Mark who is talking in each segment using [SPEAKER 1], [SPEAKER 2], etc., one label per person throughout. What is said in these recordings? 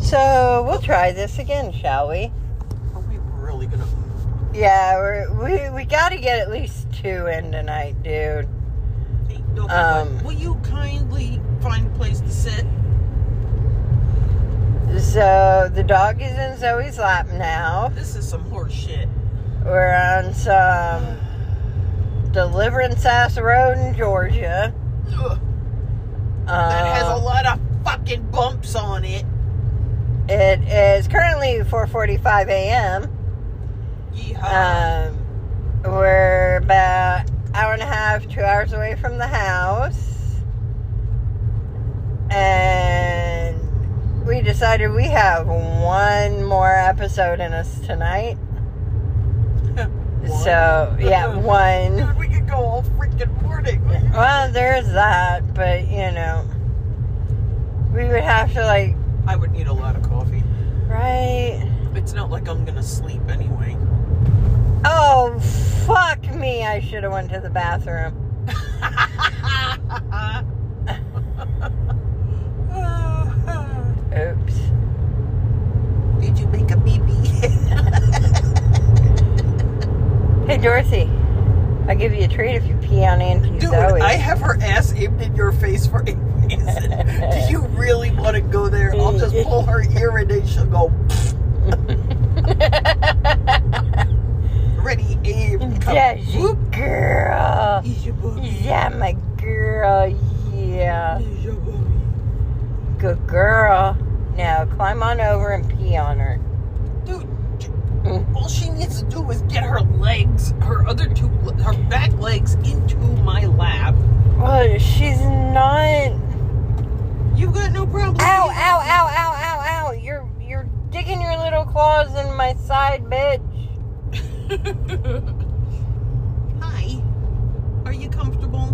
[SPEAKER 1] So we'll try this again, shall we?
[SPEAKER 2] Are we really gonna?
[SPEAKER 1] Yeah, we're, we we got to get at least two in tonight, dude.
[SPEAKER 2] Ain't nobody-
[SPEAKER 1] Um.
[SPEAKER 2] will you kindly find a place to sit?
[SPEAKER 1] So the dog is in Zoe's lap now.
[SPEAKER 2] This is some horse shit.
[SPEAKER 1] We're on
[SPEAKER 2] Uh,
[SPEAKER 1] some Deliverance Ass Road in Georgia.
[SPEAKER 2] Ugh,
[SPEAKER 1] Um,
[SPEAKER 2] that has a lot of fucking bumps on it.
[SPEAKER 1] It is currently 4:45 a.m.
[SPEAKER 2] Yeehaw.
[SPEAKER 1] Um, we're about hour and a half, two hours away from the house, and we decided we have one more episode in us tonight.
[SPEAKER 2] One?
[SPEAKER 1] So yeah, one.
[SPEAKER 2] Dude, we could go all freaking morning.
[SPEAKER 1] Well, there's that, but you know, we would have to like
[SPEAKER 2] I would need a lot of coffee.
[SPEAKER 1] right.
[SPEAKER 2] It's not like I'm gonna sleep anyway.
[SPEAKER 1] Oh, fuck me. I should have went to the bathroom. Oops.
[SPEAKER 2] Did you make a BB?
[SPEAKER 1] Hey, Dorothy. I'll give you a treat if you pee on Auntie
[SPEAKER 2] Dude,
[SPEAKER 1] Zoe.
[SPEAKER 2] I have her ass aimed in your face for a reason. Do you really want to go there? I'll just pull her ear and then she'll go, ready, aim, come.
[SPEAKER 1] yeah, she girl.
[SPEAKER 2] Is your booby.
[SPEAKER 1] Yeah, my girl. Yeah.
[SPEAKER 2] Is your booby.
[SPEAKER 1] Good girl. Now, climb on over and pee on her.
[SPEAKER 2] Dude, j-
[SPEAKER 1] Mm.
[SPEAKER 2] all she needs to do is get her legs, her other two, le- her back legs into my lap.
[SPEAKER 1] Well, Oh, she's not.
[SPEAKER 2] You got no problem.
[SPEAKER 1] Ow, ow, ow, ow, ow, ow. You're, you're digging your little claws in my side, bitch.
[SPEAKER 2] Hi. Are you comfortable?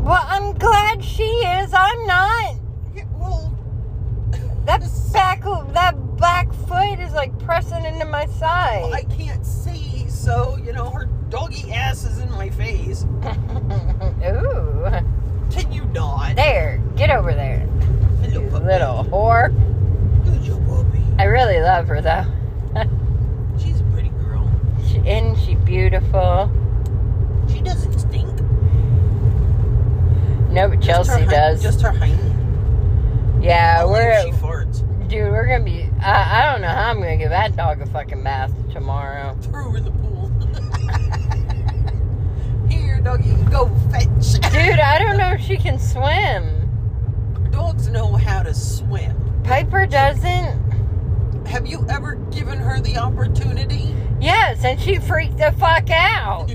[SPEAKER 1] Well, I'm glad she is. I'm not.
[SPEAKER 2] Yeah, well,
[SPEAKER 1] That back, that back foot is like pressing into my
[SPEAKER 2] well, I
[SPEAKER 1] side.
[SPEAKER 2] can't see, so, you know, her doggy ass is in my face.
[SPEAKER 1] Ooh,
[SPEAKER 2] Can you not?
[SPEAKER 1] there, get over there, you
[SPEAKER 2] Hello, puppy.
[SPEAKER 1] little whore.
[SPEAKER 2] Who's your puppy?
[SPEAKER 1] I really love her though,
[SPEAKER 2] She's a pretty girl.
[SPEAKER 1] she, and she beautiful.
[SPEAKER 2] She doesn't stink.
[SPEAKER 1] No, but
[SPEAKER 2] Just her
[SPEAKER 1] Chelsea
[SPEAKER 2] hind-
[SPEAKER 1] does.
[SPEAKER 2] Just her hind.
[SPEAKER 1] yeah,
[SPEAKER 2] Oh,
[SPEAKER 1] we're
[SPEAKER 2] She farts.
[SPEAKER 1] dude, we're gonna be. I, I don't know how I'm gonna give that dog a fucking bath tomorrow.
[SPEAKER 2] Threw her in the pool. Here, doggy, go fetch.
[SPEAKER 1] Dude, I don't know if she can swim.
[SPEAKER 2] Dogs know how to swim.
[SPEAKER 1] Piper doesn't.
[SPEAKER 2] Have you ever given her the opportunity?
[SPEAKER 1] Yes, and she freaked the fuck out.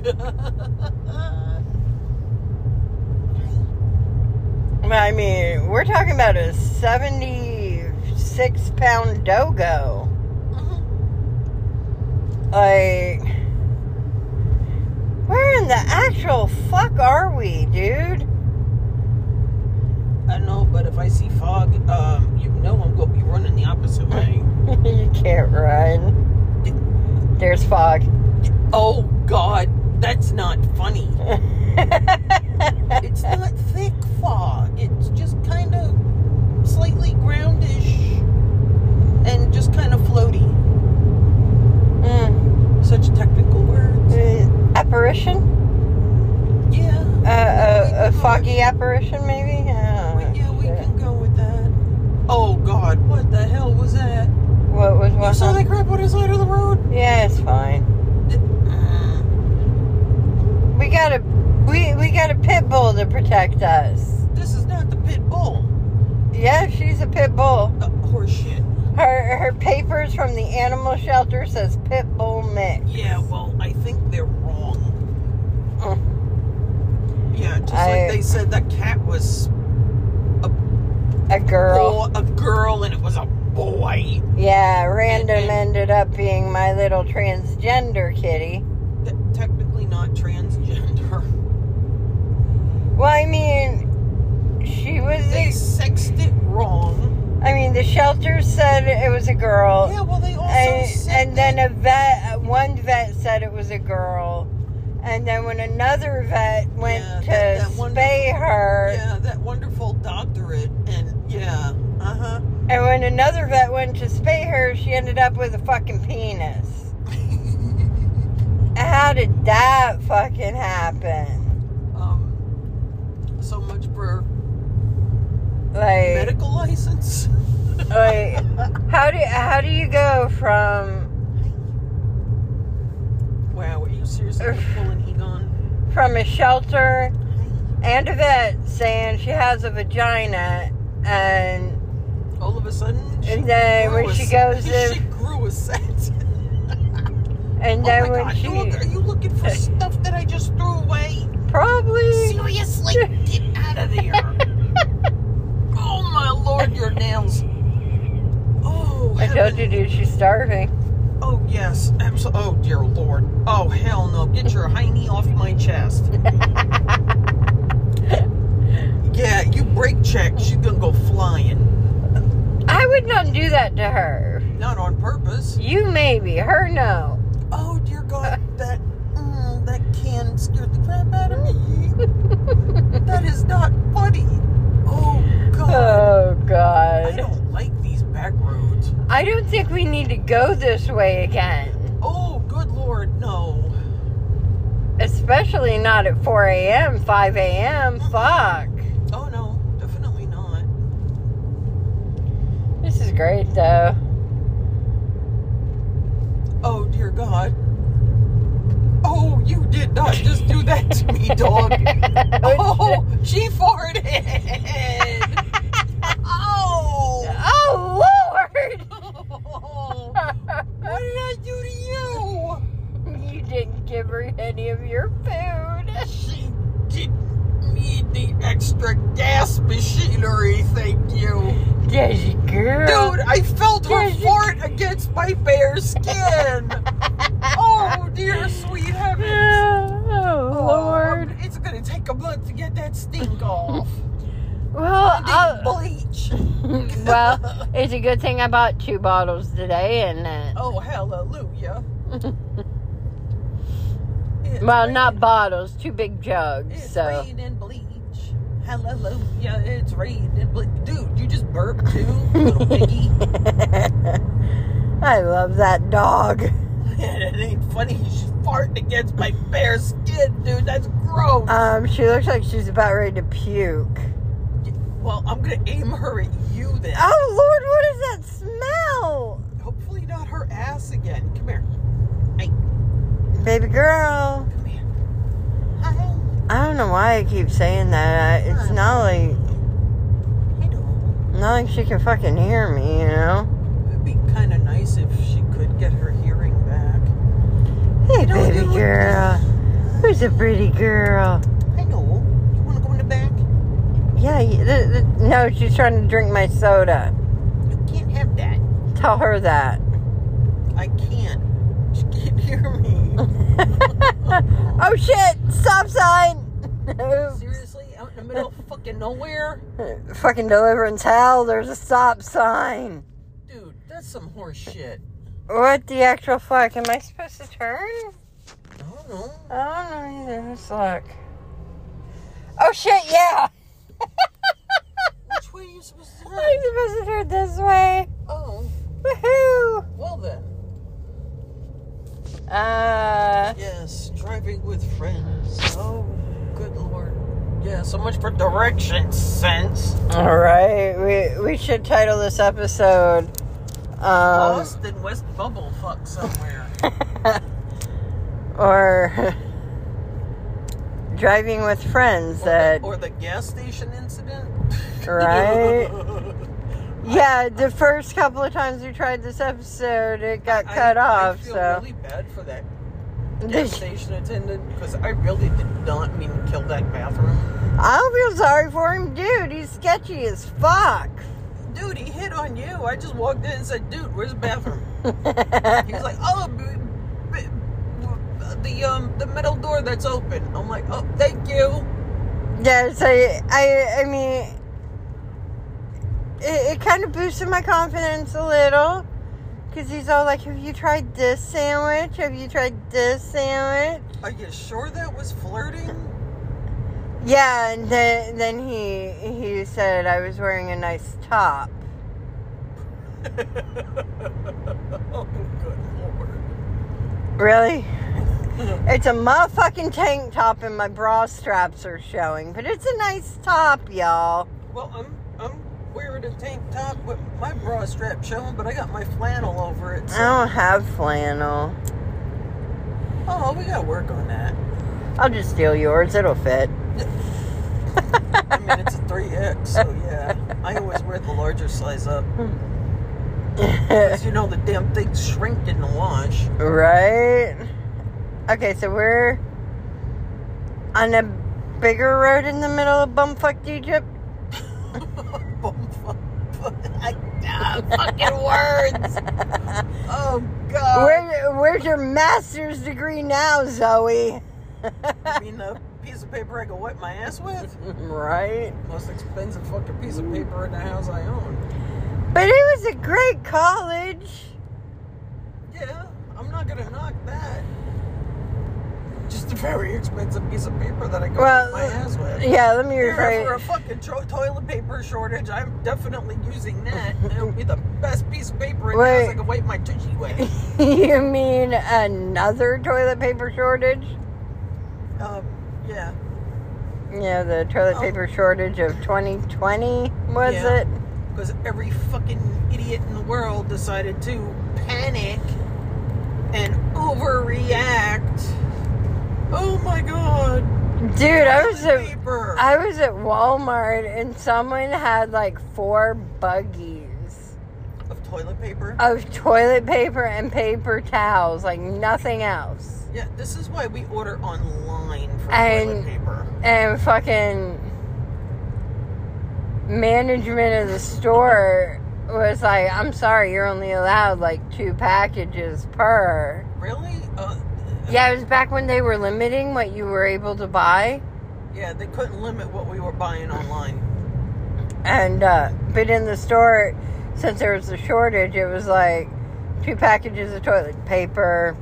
[SPEAKER 1] I mean, we're talking about a 76 pound dogo. Like, where in the actual fuck are we, dude?
[SPEAKER 2] I know, but if I see fog, um, you know I'm going to be running the opposite way.
[SPEAKER 1] you can't run. There's fog.
[SPEAKER 2] Oh, God, that's not funny.
[SPEAKER 1] yeah,
[SPEAKER 2] It's not thick fog. It's just kind of slightly groundish and just kind of floaty.
[SPEAKER 1] Hmm.
[SPEAKER 2] Such technical words.
[SPEAKER 1] apparition?
[SPEAKER 2] Yeah.
[SPEAKER 1] Uh, a, a foggy apparition, maybe? I
[SPEAKER 2] We,
[SPEAKER 1] don't know.
[SPEAKER 2] yeah, we can go with that. Oh God, what the hell was that?
[SPEAKER 1] What was
[SPEAKER 2] You
[SPEAKER 1] what?
[SPEAKER 2] saw that crap on the side of the road? Mm.
[SPEAKER 1] Yeah, it's fine. We got a we we got a pit bull to protect us.
[SPEAKER 2] This is not the pit bull.
[SPEAKER 1] Yeah, she's a pit bull.
[SPEAKER 2] Uh, horse shit.
[SPEAKER 1] Her her papers from the animal shelter says pit bull mix.
[SPEAKER 2] Yeah, well, I think they're wrong.
[SPEAKER 1] Mm.
[SPEAKER 2] Yeah, just
[SPEAKER 1] I-
[SPEAKER 2] like they said, that cat was
[SPEAKER 1] A girl.
[SPEAKER 2] bo- a girl and it was a boy.
[SPEAKER 1] Yeah, random ended up being my little transgender kitty.
[SPEAKER 2] Th- technically not transgender.
[SPEAKER 1] Well, I mean, she was.
[SPEAKER 2] They
[SPEAKER 1] A,
[SPEAKER 2] sexed it wrong.
[SPEAKER 1] I mean, the shelter said it was a girl.
[SPEAKER 2] Yeah, well, they also
[SPEAKER 1] and,
[SPEAKER 2] said
[SPEAKER 1] and then a vet one vet said it was a girl and then when another vet went
[SPEAKER 2] Yeah,
[SPEAKER 1] to
[SPEAKER 2] that- that
[SPEAKER 1] spay
[SPEAKER 2] one-
[SPEAKER 1] her
[SPEAKER 2] Yeah, that wonderful doctorate, and yeah, Uh huh.
[SPEAKER 1] And when another vet went to spay her, she ended up with a fucking penis. How did that fucking happen?
[SPEAKER 2] Um, so much for
[SPEAKER 1] Like,
[SPEAKER 2] medical license.
[SPEAKER 1] like how do how do you go from
[SPEAKER 2] Wow, are you seriously gonna pull an Egon?
[SPEAKER 1] from a shelter and a vet saying she has a vagina and
[SPEAKER 2] All of a sudden, she
[SPEAKER 1] And then
[SPEAKER 2] grew
[SPEAKER 1] when
[SPEAKER 2] a
[SPEAKER 1] she
[SPEAKER 2] se-
[SPEAKER 1] goes in-
[SPEAKER 2] she grew a set.
[SPEAKER 1] and then
[SPEAKER 2] oh my
[SPEAKER 1] when
[SPEAKER 2] God,
[SPEAKER 1] she
[SPEAKER 2] you look, are you looking for stuff that I just threw away?
[SPEAKER 1] probably
[SPEAKER 2] Seriously, get out of there! oh my lord, your nails! Oh,
[SPEAKER 1] I told you
[SPEAKER 2] heaven.
[SPEAKER 1] dude she's starving.
[SPEAKER 2] Oh yes, absolutely. Oh dear lord. Oh hell no! Get your hiney off my chest. yeah, you break check, she's gonna go flying.
[SPEAKER 1] I would not do that to her.
[SPEAKER 2] Not on purpose.
[SPEAKER 1] You maybe, her no.
[SPEAKER 2] Oh dear god, that mm, that can scared the crap out of me. that is not funny. Oh god,
[SPEAKER 1] Oh
[SPEAKER 2] I
[SPEAKER 1] god.
[SPEAKER 2] don't like these back roads.
[SPEAKER 1] I don't think we need to go this way again.
[SPEAKER 2] Oh good lord, no.
[SPEAKER 1] Especially not at 4 a.m., 5 a.m. Fuck.
[SPEAKER 2] Oh no, definitely not.
[SPEAKER 1] This is great though.
[SPEAKER 2] Oh dear God. Oh, you did not just do that to me, dog. oh, she farted. oh.
[SPEAKER 1] Oh lord!
[SPEAKER 2] What did I do to you?
[SPEAKER 1] you didn't give her any of your food.
[SPEAKER 2] She didn't need the extra gas machinery, thank you.
[SPEAKER 1] Yes, you girl.
[SPEAKER 2] Dude, I felt her
[SPEAKER 1] Yes, you-
[SPEAKER 2] fart against my bare skin. oh, dear sweet heavens. Um,
[SPEAKER 1] Oh, Lord.
[SPEAKER 2] It's gonna take a month to get that stink off.
[SPEAKER 1] Well,
[SPEAKER 2] I
[SPEAKER 1] I'll,
[SPEAKER 2] need bleach.
[SPEAKER 1] well, it's a good thing I bought two bottles today, and uh,
[SPEAKER 2] Oh hallelujah. It's
[SPEAKER 1] well,
[SPEAKER 2] rain-
[SPEAKER 1] not bottles, two big jugs.
[SPEAKER 2] It's
[SPEAKER 1] So
[SPEAKER 2] rain and bleach. Hallelujah. It's rain and bleach. Dude, you just burped too, little piggy.
[SPEAKER 1] I love that dog.
[SPEAKER 2] it ain't funny. She's farting against my bare skin, dude. That's gross.
[SPEAKER 1] Um, she looks like she's about ready to puke.
[SPEAKER 2] well, I'm gonna aim her at you then.
[SPEAKER 1] Oh Lord, what is that smell,
[SPEAKER 2] Hopefully not her ass again. Come here.
[SPEAKER 1] baby girl?
[SPEAKER 2] Come here. Hi.
[SPEAKER 1] I don't know why I keep saying that. I- It's not like
[SPEAKER 2] Hello.
[SPEAKER 1] not like she can fucking hear me, you know.
[SPEAKER 2] It'd be kind of nice if she could get her hearing back.
[SPEAKER 1] Hey,
[SPEAKER 2] don't
[SPEAKER 1] baby
[SPEAKER 2] do it.
[SPEAKER 1] girl, who's a pretty girl?
[SPEAKER 2] I know. You want to go in the back?
[SPEAKER 1] Yeah, y- th th no, she's trying to drink my soda.
[SPEAKER 2] You can't have that.
[SPEAKER 1] Tell her that.
[SPEAKER 2] I can't. She can't hear me.
[SPEAKER 1] oh shit! Stop sign.
[SPEAKER 2] Seriously? Out in the middle of fucking nowhere?
[SPEAKER 1] Fucking deliverance hell. There's a stop sign.
[SPEAKER 2] Dude, that's some horse shit.
[SPEAKER 1] What the actual fuck? Am I supposed to turn?
[SPEAKER 2] I don't know.
[SPEAKER 1] I don't know either. Let's look. Oh shit! Yeah,
[SPEAKER 2] Which way are you supposed to
[SPEAKER 1] I'm
[SPEAKER 2] turn?
[SPEAKER 1] supposed to turn this way.
[SPEAKER 2] Oh,
[SPEAKER 1] Woohoo!
[SPEAKER 2] well then.
[SPEAKER 1] Uh,
[SPEAKER 2] Yes, driving with friends. Oh, good lord. Yeah, so much for direction sense.
[SPEAKER 1] all right. We we should title this episode. Um,
[SPEAKER 2] Lost in West Bubble fuck somewhere.
[SPEAKER 1] or driving with friends that
[SPEAKER 2] or the gas station incident.
[SPEAKER 1] Right? yeah the first couple of times we tried this episode it got
[SPEAKER 2] I-
[SPEAKER 1] cut
[SPEAKER 2] I
[SPEAKER 1] off
[SPEAKER 2] feel
[SPEAKER 1] so
[SPEAKER 2] really bad for that gas
[SPEAKER 1] This-
[SPEAKER 2] station attendant because I really did not mean to kill that bathroom.
[SPEAKER 1] i don't feel sorry for him dude he's sketchy as fuck
[SPEAKER 2] Dude, he hit on you. I just walked in and said, "Dude, where's the bathroom?" he was like, "Oh, b- b- the um the metal door that's open." I'm like, "Oh, thank you."
[SPEAKER 1] yeah so i i mean it, it kind of boosted my confidence a little because he's all like have you tried this sandwich have you tried this sandwich
[SPEAKER 2] Are you sure that was flirting?
[SPEAKER 1] Yeah, and then, then he he said I was wearing a nice top.
[SPEAKER 2] oh, good lord.
[SPEAKER 1] Really? It's a motherfucking tank top and my bra straps are showing, but it's a nice top, y'all.
[SPEAKER 2] Well, I'm I'm wearing a tank top with my bra strap showing, but I got my flannel over it.
[SPEAKER 1] I
[SPEAKER 2] So.
[SPEAKER 1] don't have flannel.
[SPEAKER 2] Oh, we gotta work on that.
[SPEAKER 1] I'll just steal yours, it'll fit.
[SPEAKER 2] I mean, it's a three X, so yeah. I always wear the larger size up. 'Cause you know the damn things shrink in the wash.
[SPEAKER 1] right? Okay, so we're on a bigger road in the middle of bumfucked Egypt.
[SPEAKER 2] I, ah, fucking words. Oh God.
[SPEAKER 1] Where, where's your master's degree now, Zoe?
[SPEAKER 2] I mean, the piece of paper I can wipe my ass with.
[SPEAKER 1] right?
[SPEAKER 2] Most expensive fucking piece of paper in the house I own.
[SPEAKER 1] But it was a great college.
[SPEAKER 2] Yeah, I'm not gonna knock that. Just a very expensive piece of paper that I can
[SPEAKER 1] Well,
[SPEAKER 2] wipe my ass with.
[SPEAKER 1] Yeah, let me
[SPEAKER 2] If there were a
[SPEAKER 1] rephrase.
[SPEAKER 2] fucking to- toilet paper shortage, I'm definitely using that. It would be the best piece of paper in the house I
[SPEAKER 1] Wait.
[SPEAKER 2] can wipe my tushy with.
[SPEAKER 1] you mean another toilet paper shortage?
[SPEAKER 2] Um, yeah.
[SPEAKER 1] Yeah, the toilet
[SPEAKER 2] Oh.
[SPEAKER 1] paper shortage of 2020, was
[SPEAKER 2] Yeah.
[SPEAKER 1] it?
[SPEAKER 2] because every fucking idiot in the world decided to panic and overreact. Oh my god!
[SPEAKER 1] Dude, I was
[SPEAKER 2] toilet
[SPEAKER 1] at,
[SPEAKER 2] paper.
[SPEAKER 1] I was at Walmart and someone had like four buggies
[SPEAKER 2] of toilet paper.
[SPEAKER 1] of toilet paper and paper towels, like nothing else.
[SPEAKER 2] yeah, this is why we order online for toilet
[SPEAKER 1] And-
[SPEAKER 2] paper.
[SPEAKER 1] and fucking management of the store was like, I'm sorry, you're only allowed like two packages per.
[SPEAKER 2] Really? Uh,
[SPEAKER 1] Yeah, it was back when they were limiting what you were able to buy.
[SPEAKER 2] yeah, they couldn't limit what we were buying online.
[SPEAKER 1] And, uh, but in the store, since there was a shortage, it was like two packages of toilet paper,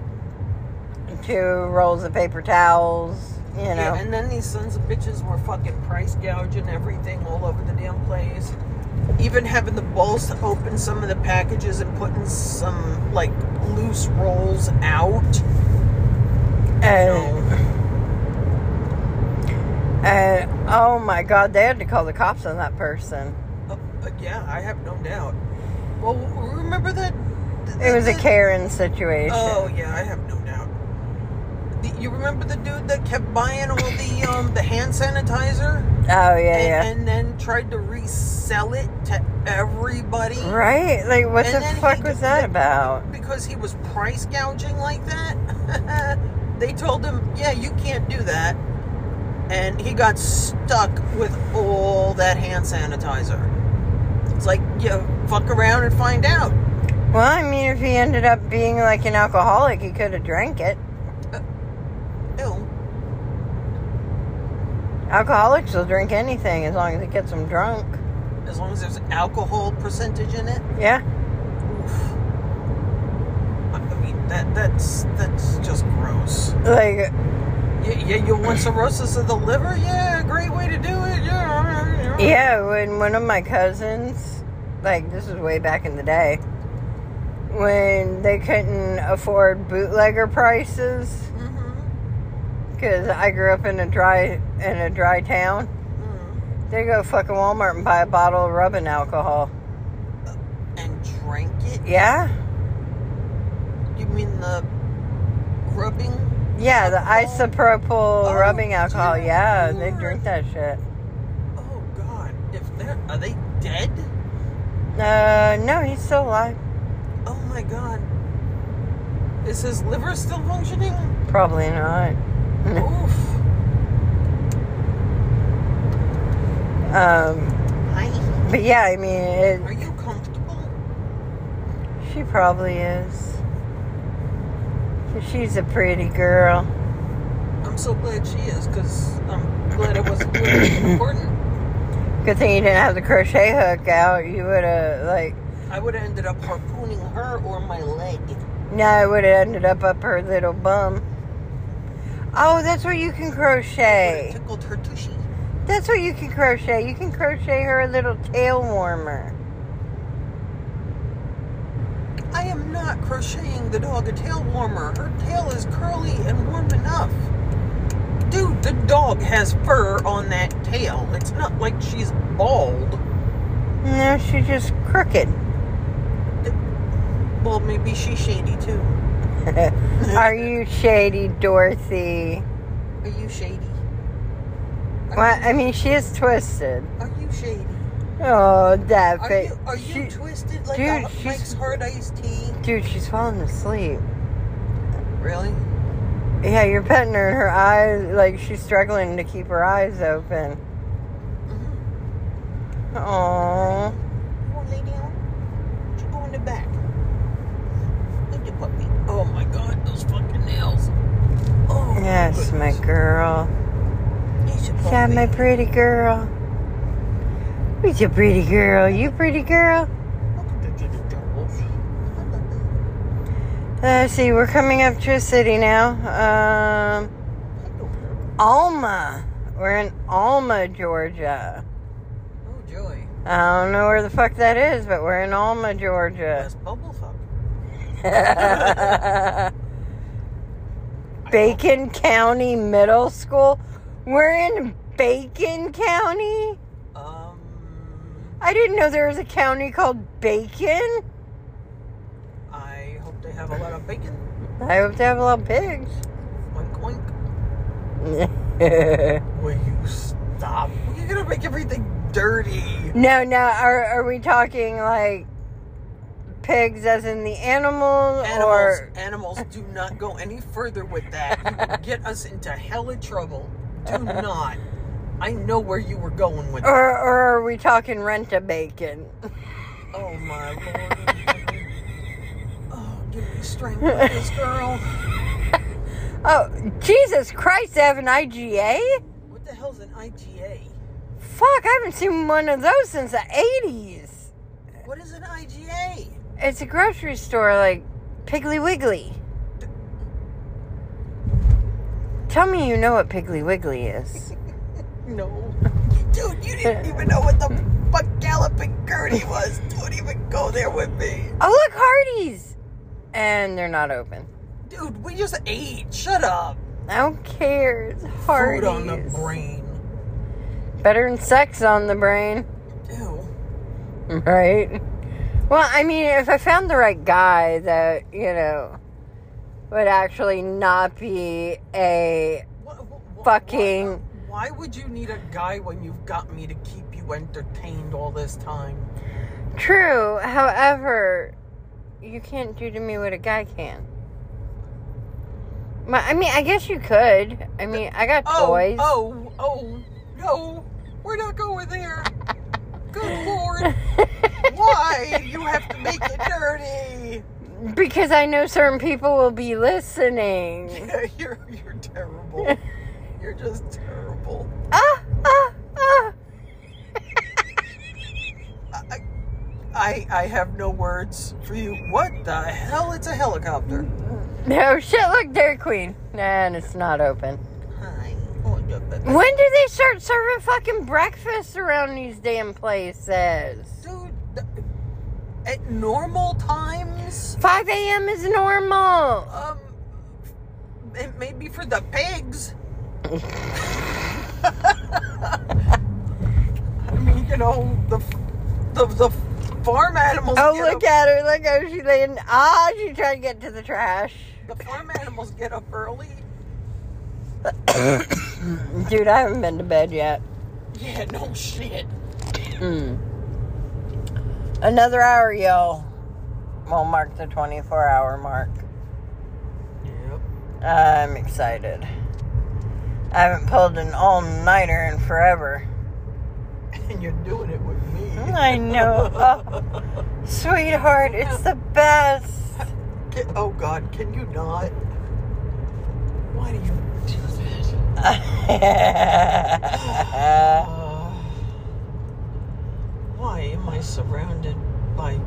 [SPEAKER 1] two rolls of paper towels, you know.
[SPEAKER 2] Yeah, and then these sons of bitches were fucking price gouging everything all over the damn place. Even having the balls to open some of the packages and putting some like loose rolls out.
[SPEAKER 1] and And oh my god, they had to call the cops on that person.
[SPEAKER 2] Uh, uh, yeah, I have no doubt. Well, w- remember that?
[SPEAKER 1] It was a
[SPEAKER 2] that-
[SPEAKER 1] Karen situation.
[SPEAKER 2] Oh yeah, I have no doubt. The- You remember the dude that kept buying all the um the hand sanitizer
[SPEAKER 1] Oh, yeah,
[SPEAKER 2] and,
[SPEAKER 1] yeah.
[SPEAKER 2] and then tried to resell it to everybody?
[SPEAKER 1] right? Like, what
[SPEAKER 2] and
[SPEAKER 1] the
[SPEAKER 2] then
[SPEAKER 1] fuck
[SPEAKER 2] he
[SPEAKER 1] was
[SPEAKER 2] just-
[SPEAKER 1] that about?
[SPEAKER 2] because he was price gouging like that, they told him, yeah, you can't do that. And he got stuck with all that hand sanitizer. It's like, yeah, fuck around and find out.
[SPEAKER 1] Well, I mean, if he ended up being like an alcoholic, he could have drank it.
[SPEAKER 2] Ew.
[SPEAKER 1] Alcoholics will drink anything as long as it gets them drunk.
[SPEAKER 2] As long as there's alcohol percentage in it.
[SPEAKER 1] Yeah.
[SPEAKER 2] Oof. I I mean, that that's that's just gross.
[SPEAKER 1] Like,
[SPEAKER 2] Yeah, yeah you want cirrhosis of the liver? Yeah, great way to do it. Yeah.
[SPEAKER 1] Yeah, when one of my cousins, like this is way back in the day, when they couldn't afford bootlegger prices,
[SPEAKER 2] Mm-hmm.
[SPEAKER 1] because I grew up in a dry in a dry town,
[SPEAKER 2] mm
[SPEAKER 1] they go fucking Walmart and buy a bottle of rubbing alcohol.
[SPEAKER 2] And drank it.
[SPEAKER 1] Yeah,
[SPEAKER 2] You mean the rubbing?
[SPEAKER 1] yeah, the isopropyl
[SPEAKER 2] Oh,
[SPEAKER 1] rubbing alcohol.
[SPEAKER 2] dear
[SPEAKER 1] Yeah, they
[SPEAKER 2] Lord.
[SPEAKER 1] drink that shit.
[SPEAKER 2] Oh God! If they're are they dead?
[SPEAKER 1] Uh, no, he's still alive.
[SPEAKER 2] Oh my God! Is his liver still functioning?
[SPEAKER 1] Probably not.
[SPEAKER 2] Oof!
[SPEAKER 1] Um,
[SPEAKER 2] Hi.
[SPEAKER 1] but yeah, I mean, it,
[SPEAKER 2] Are you comfortable?
[SPEAKER 1] She probably is. 'Cause She's a pretty girl.
[SPEAKER 2] I'm so glad she is, cause I'm glad I wasn't doing anything important.
[SPEAKER 1] Good thing you didn't have the crochet hook out. You would have, like,
[SPEAKER 2] I would have ended up harpooning her or my leg.
[SPEAKER 1] no, it would have ended up up her little bum. Oh, that's where you can
[SPEAKER 2] Would've
[SPEAKER 1] crochet.
[SPEAKER 2] Tickled her tushy.
[SPEAKER 1] That's where you can crochet. You can crochet her a little tail warmer.
[SPEAKER 2] crocheting the dog a tail warmer. Her tail is curly and warm enough. Dude, the dog has fur on that tail. It's not like she's bald.
[SPEAKER 1] No, she's just crooked.
[SPEAKER 2] Well, maybe she's shady too.
[SPEAKER 1] Are you shady, Dorothy?
[SPEAKER 2] Are you shady? Are
[SPEAKER 1] Well,
[SPEAKER 2] you-
[SPEAKER 1] I mean, she is twisted.
[SPEAKER 2] Are you shady?
[SPEAKER 1] Oh, that
[SPEAKER 2] Are
[SPEAKER 1] face.
[SPEAKER 2] you, are you
[SPEAKER 1] She-
[SPEAKER 2] twisted like
[SPEAKER 1] dude,
[SPEAKER 2] a
[SPEAKER 1] she's-
[SPEAKER 2] Mike's Hard Iced Tea?
[SPEAKER 1] Dude, she's falling asleep.
[SPEAKER 2] Really?
[SPEAKER 1] Yeah, you're petting her, and her eyes, like, she's struggling to keep her eyes open.
[SPEAKER 2] Mm-hmm.
[SPEAKER 1] Aww.
[SPEAKER 2] You want to lay down? You go in the back. Look at puppy. Oh my god, those fucking nails. Oh, my
[SPEAKER 1] Yes, my
[SPEAKER 2] goodness.
[SPEAKER 1] girl.
[SPEAKER 2] He's a
[SPEAKER 1] Yeah, my
[SPEAKER 2] puppy.
[SPEAKER 1] pretty girl. Who's your pretty girl? You pretty girl?
[SPEAKER 2] Look at the little girls.
[SPEAKER 1] Let's see, we're coming up to a city now. Um,
[SPEAKER 2] Hello.
[SPEAKER 1] Alma. We're in Alma, Georgia.
[SPEAKER 2] Oh, joy.
[SPEAKER 1] I don't know where the fuck that is, but we're in Alma, Georgia.
[SPEAKER 2] That's bubble fuck.
[SPEAKER 1] Bacon County Middle School. We're in Bacon County?
[SPEAKER 2] Um,
[SPEAKER 1] I didn't know there was a county called Bacon.
[SPEAKER 2] I hope they have a lot of bacon.
[SPEAKER 1] I hope they have a lot of pigs.
[SPEAKER 2] Oink, oink.
[SPEAKER 1] no,
[SPEAKER 2] Will you stop? You're gonna make everything dirty.
[SPEAKER 1] no. Are, are we talking like pigs as in the animal
[SPEAKER 2] Animals,
[SPEAKER 1] or
[SPEAKER 2] animals, do not go any further with that. You will get us into hella trouble. Do not. I know where you were going with
[SPEAKER 1] or,
[SPEAKER 2] that.
[SPEAKER 1] or are we talking rent a bacon?
[SPEAKER 2] Oh my lord. Oh, give me strength with this girl.
[SPEAKER 1] Oh, Jesus Christ, they have an IGA?
[SPEAKER 2] What the hell's an IGA?
[SPEAKER 1] Fuck, I haven't seen one of those since the 80s.
[SPEAKER 2] What is an IGA?
[SPEAKER 1] It's a grocery store like Piggly Wiggly. Tell me you know what Piggly Wiggly is.
[SPEAKER 2] No. Dude, you didn't even know what the fuck galloping Gertie was. Don't even go there with me.
[SPEAKER 1] Oh, look, Hardee's! And they're not open.
[SPEAKER 2] Dude, we just ate. Shut up.
[SPEAKER 1] I don't care. It's Hardee's.
[SPEAKER 2] Food on the brain.
[SPEAKER 1] Better than sex on the brain,
[SPEAKER 2] Ew.
[SPEAKER 1] right? Well, I mean, if I found the right guy that, you know, would actually not be a.
[SPEAKER 2] What, what- what-
[SPEAKER 1] Fucking-
[SPEAKER 2] Why, why would you need a guy when you've got me to keep you entertained all this time?
[SPEAKER 1] True, however, you can't do to me what a guy can. My, I mean, I guess you could. I mean, I got
[SPEAKER 2] Oh,
[SPEAKER 1] toys.
[SPEAKER 2] oh, oh, no. We're not going there. Good lord. Why? You have to make it dirty.
[SPEAKER 1] because I know certain people will be listening.
[SPEAKER 2] Yeah, you're you're terrible. you're just terrible.
[SPEAKER 1] ah, ah, ah.
[SPEAKER 2] I, I I have no words for you. What the hell? It's a helicopter.
[SPEAKER 1] No, shit, look, Dairy Queen. And it's not open.
[SPEAKER 2] Hi. Oh, yeah, but-
[SPEAKER 1] When do they start serving fucking breakfast around these damn places?
[SPEAKER 2] Dude, th- at normal times,
[SPEAKER 1] 5 a.m. is normal.
[SPEAKER 2] um, it may be for the pigs. I mean, you know the f- the the farm animals.
[SPEAKER 1] Oh,
[SPEAKER 2] get
[SPEAKER 1] look
[SPEAKER 2] up,
[SPEAKER 1] at her. Look how she's laying. Ah, she's trying to get to the trash.
[SPEAKER 2] the farm animals get up early.
[SPEAKER 1] Dude, I haven't been to bed yet. Mm.
[SPEAKER 2] Yeah, no shit.
[SPEAKER 1] Another hour, y'all. We'll mark the 24 hour mark.
[SPEAKER 2] Yep.
[SPEAKER 1] I'm excited. I haven't pulled an all nighter in forever.
[SPEAKER 2] And you're doing it with me.
[SPEAKER 1] I know. Oh. Sweetheart, it's the best.
[SPEAKER 2] Can- oh God, can you not? Why do you do that? Uh, why am I surrounded by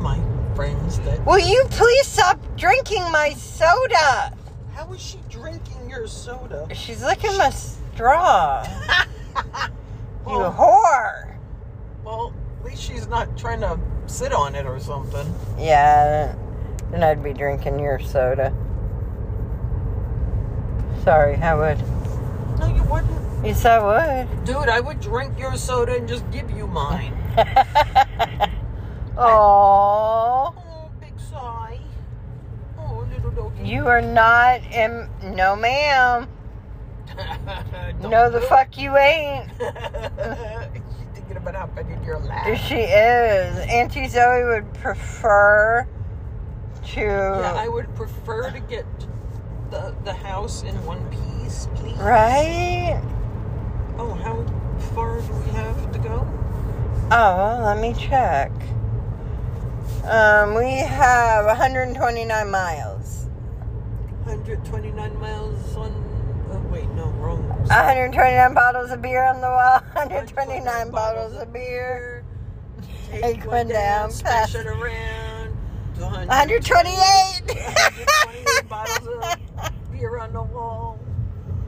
[SPEAKER 2] my friends that?
[SPEAKER 1] Will you please stop drinking my soda?
[SPEAKER 2] How is she drinking your soda?
[SPEAKER 1] She's licking my straw. You
[SPEAKER 2] Well,
[SPEAKER 1] whore.
[SPEAKER 2] well, at least she's not trying to sit on it or something.
[SPEAKER 1] Yeah, and I'd be drinking your soda. Sorry, I would.
[SPEAKER 2] No, you wouldn't.
[SPEAKER 1] Yes, I would.
[SPEAKER 2] Dude, I would drink your soda and just give you mine.
[SPEAKER 1] Oh,
[SPEAKER 2] Oh, big sigh. Oh, little doggy.
[SPEAKER 1] you are not in. No, ma'am.
[SPEAKER 2] Don't
[SPEAKER 1] No, the
[SPEAKER 2] do it.
[SPEAKER 1] fuck you ain't.
[SPEAKER 2] She's thinking about hopping in your lap.
[SPEAKER 1] She is. Auntie Zoe would prefer to. Oh.
[SPEAKER 2] Yeah, I would prefer to get the the house in one piece, please.
[SPEAKER 1] right?
[SPEAKER 2] Oh, how far do we have to go?
[SPEAKER 1] Oh, well, let me check. Um, we have 129 miles.
[SPEAKER 2] 129 miles on. Oh, wait, no, wrong.
[SPEAKER 1] Uh, 129 bottles of beer on the wall. 129 bottles of beer. Take one down, pass.
[SPEAKER 2] smash it around. The 100 128 bottles
[SPEAKER 1] 128.
[SPEAKER 2] of beer on the wall.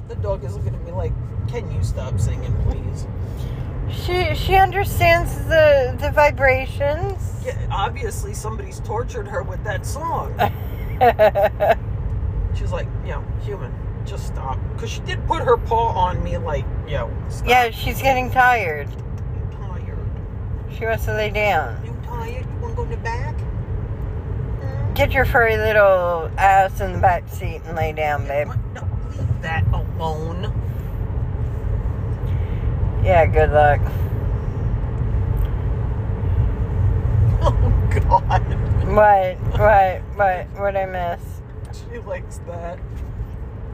[SPEAKER 2] The dog is looking at me like, can you stop singing, please?
[SPEAKER 1] she she understands the the vibrations.
[SPEAKER 2] Yeah, obviously, somebody's tortured her with that song. She's like, yo, human, just stop. Because she did put her paw on me, like, yo, stop.
[SPEAKER 1] yeah, she's getting tired.
[SPEAKER 2] You tired?
[SPEAKER 1] She wants to lay down.
[SPEAKER 2] You tired? You want to go in the back?
[SPEAKER 1] Get your furry little ass in the back seat and lay down, babe.
[SPEAKER 2] What? No, leave that alone.
[SPEAKER 1] Yeah, good luck.
[SPEAKER 2] Oh, God.
[SPEAKER 1] What? What? What? What I miss?
[SPEAKER 2] She likes that.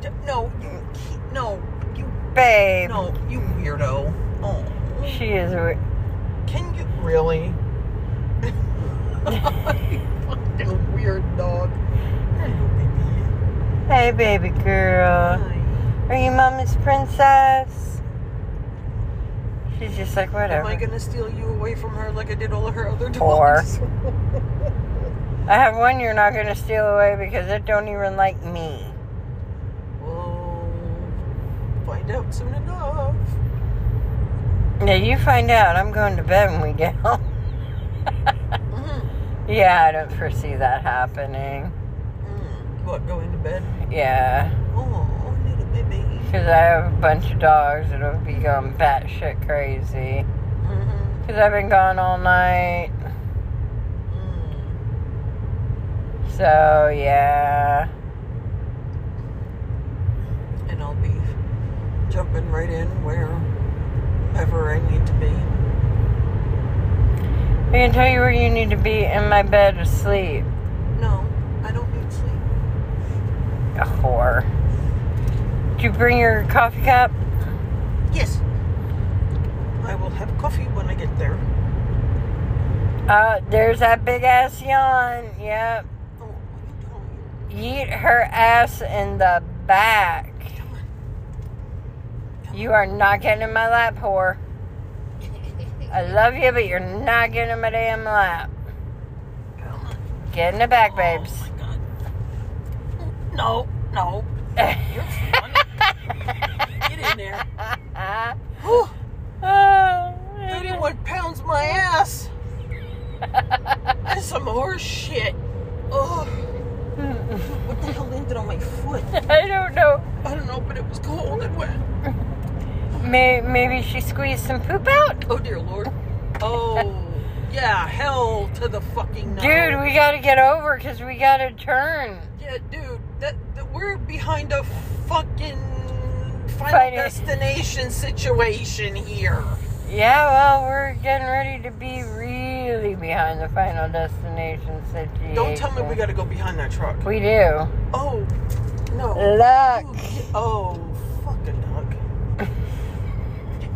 [SPEAKER 2] D- No, you, ke- no, you,
[SPEAKER 1] Babe.
[SPEAKER 2] no, you weirdo. Oh,
[SPEAKER 1] She is. re-
[SPEAKER 2] can you really? you fucking weird dog. Hello, baby.
[SPEAKER 1] Hey, baby girl.
[SPEAKER 2] Hi.
[SPEAKER 1] Are you mama's princess? She's just like, whatever.
[SPEAKER 2] Am I gonna steal you away from her like I did all of her other
[SPEAKER 1] Or-
[SPEAKER 2] dogs?
[SPEAKER 1] I have one you're not gonna steal away because it don't even like me.
[SPEAKER 2] We'll Oh, find out soon enough.
[SPEAKER 1] Yeah, you find out. I'm going to bed when we get home.
[SPEAKER 2] Mm.
[SPEAKER 1] yeah, I don't foresee that happening.
[SPEAKER 2] Mm. What, going to bed?
[SPEAKER 1] Yeah,
[SPEAKER 2] Oh, little baby.
[SPEAKER 1] because I have a bunch of dogs that'll be going batshit crazy.
[SPEAKER 2] Mm-hmm.
[SPEAKER 1] Because I've been gone all night.
[SPEAKER 2] Mm.
[SPEAKER 1] So, yeah.
[SPEAKER 2] And I'll be jumping right in wherever I need to be.
[SPEAKER 1] I can tell you where you need to be in my bed to sleep.
[SPEAKER 2] No, I don't need sleep.
[SPEAKER 1] A whore. Did you bring your coffee cup?
[SPEAKER 2] Yes. I will have coffee when I get there.
[SPEAKER 1] Uh, there's that big ass yawn. Yep.
[SPEAKER 2] Oh, what are you doing?
[SPEAKER 1] Yeet her ass in the back.
[SPEAKER 2] Come
[SPEAKER 1] You are not getting in my lap, whore.
[SPEAKER 2] on.
[SPEAKER 1] I love you, but you're not getting in my damn lap.
[SPEAKER 2] Come on.
[SPEAKER 1] Get in the back, babes.
[SPEAKER 2] Oh, my God. No, no. You're funny. Get in there. Whew,
[SPEAKER 1] Oh,
[SPEAKER 2] 31 pounds my ass. That's some horse shit. Oh, what the hell landed on my foot?
[SPEAKER 1] I don't know.
[SPEAKER 2] I don't know, but it was cold and wet.
[SPEAKER 1] May- maybe she squeezed some poop out?
[SPEAKER 2] Oh dear lord. Oh yeah, hell to the fucking no.
[SPEAKER 1] Dude, we gotta get over because we gotta turn.
[SPEAKER 2] yeah, dude, that, that we're behind a fucking final
[SPEAKER 1] Fighting.
[SPEAKER 2] destination situation here.
[SPEAKER 1] Yeah, well, we're getting ready to be really behind the final destination situation.
[SPEAKER 2] Don't tell me we gotta go behind that truck.
[SPEAKER 1] We do.
[SPEAKER 2] Oh no.
[SPEAKER 1] Look.
[SPEAKER 2] You- Oh fucking duck.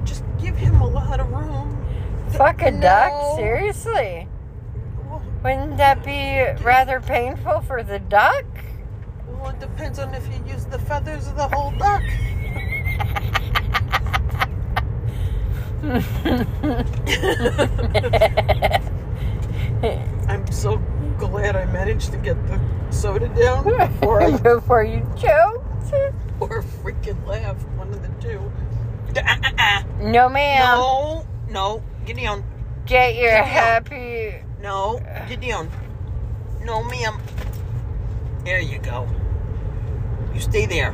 [SPEAKER 2] Just give him a lot of room.
[SPEAKER 1] Fuck a
[SPEAKER 2] No.
[SPEAKER 1] duck? Seriously?
[SPEAKER 2] Well,
[SPEAKER 1] Wouldn't that be rather painful for the duck?
[SPEAKER 2] well, it depends on if you use the feathers of the whole duck. I'm so glad I managed to get the soda down before I
[SPEAKER 1] Before you choked?
[SPEAKER 2] or freaking laugh. One of the two.
[SPEAKER 1] No, ma'am.
[SPEAKER 2] No, no, get down.
[SPEAKER 1] Get your
[SPEAKER 2] Get out.
[SPEAKER 1] happy.
[SPEAKER 2] No, get down. No, ma'am. There you go. You stay there.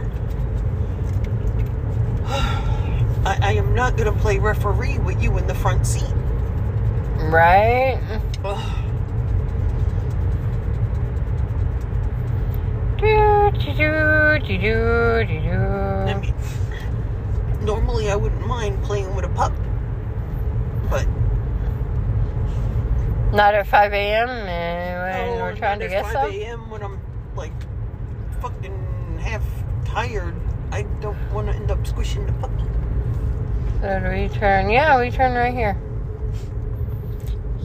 [SPEAKER 2] I, I am not going to play referee with you in the front seat.
[SPEAKER 1] Right?
[SPEAKER 2] Ugh.
[SPEAKER 1] Do, do, do, do, do, do,
[SPEAKER 2] I
[SPEAKER 1] do.
[SPEAKER 2] mean, normally I wouldn't mind playing with a pup, but
[SPEAKER 1] Not at 5 a.m. and when
[SPEAKER 2] Oh,
[SPEAKER 1] we're
[SPEAKER 2] and
[SPEAKER 1] trying to
[SPEAKER 2] at
[SPEAKER 1] get
[SPEAKER 2] 5
[SPEAKER 1] some.
[SPEAKER 2] a.m. when I'm like fucking half tired. I don't want to end up squishing the puppy.
[SPEAKER 1] So do we turn? Yeah, we turn right here.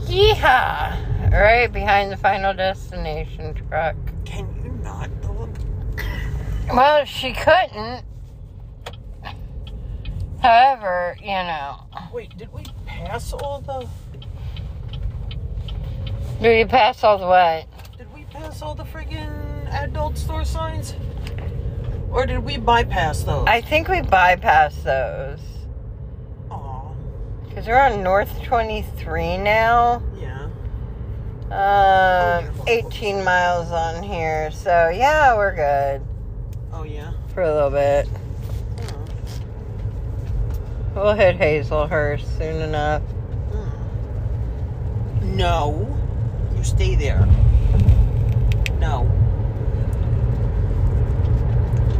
[SPEAKER 1] Yeehaw! Right behind the final destination truck.
[SPEAKER 2] Can you not? though?
[SPEAKER 1] Well, she couldn't. However, you know,
[SPEAKER 2] Wait, did we pass all the?
[SPEAKER 1] do you pass all the way?
[SPEAKER 2] Did we pass all the friggin' adult store signs? Or did we bypass those?
[SPEAKER 1] I think we bypassed those
[SPEAKER 2] Aw,
[SPEAKER 1] because we're on North 23 now.
[SPEAKER 2] yeah.
[SPEAKER 1] Um, 18 miles on here, so yeah, we're good
[SPEAKER 2] Oh yeah.
[SPEAKER 1] for a little bit.
[SPEAKER 2] Mm.
[SPEAKER 1] We'll hit Hazelhurst soon enough.
[SPEAKER 2] Mm. No, you stay there. No.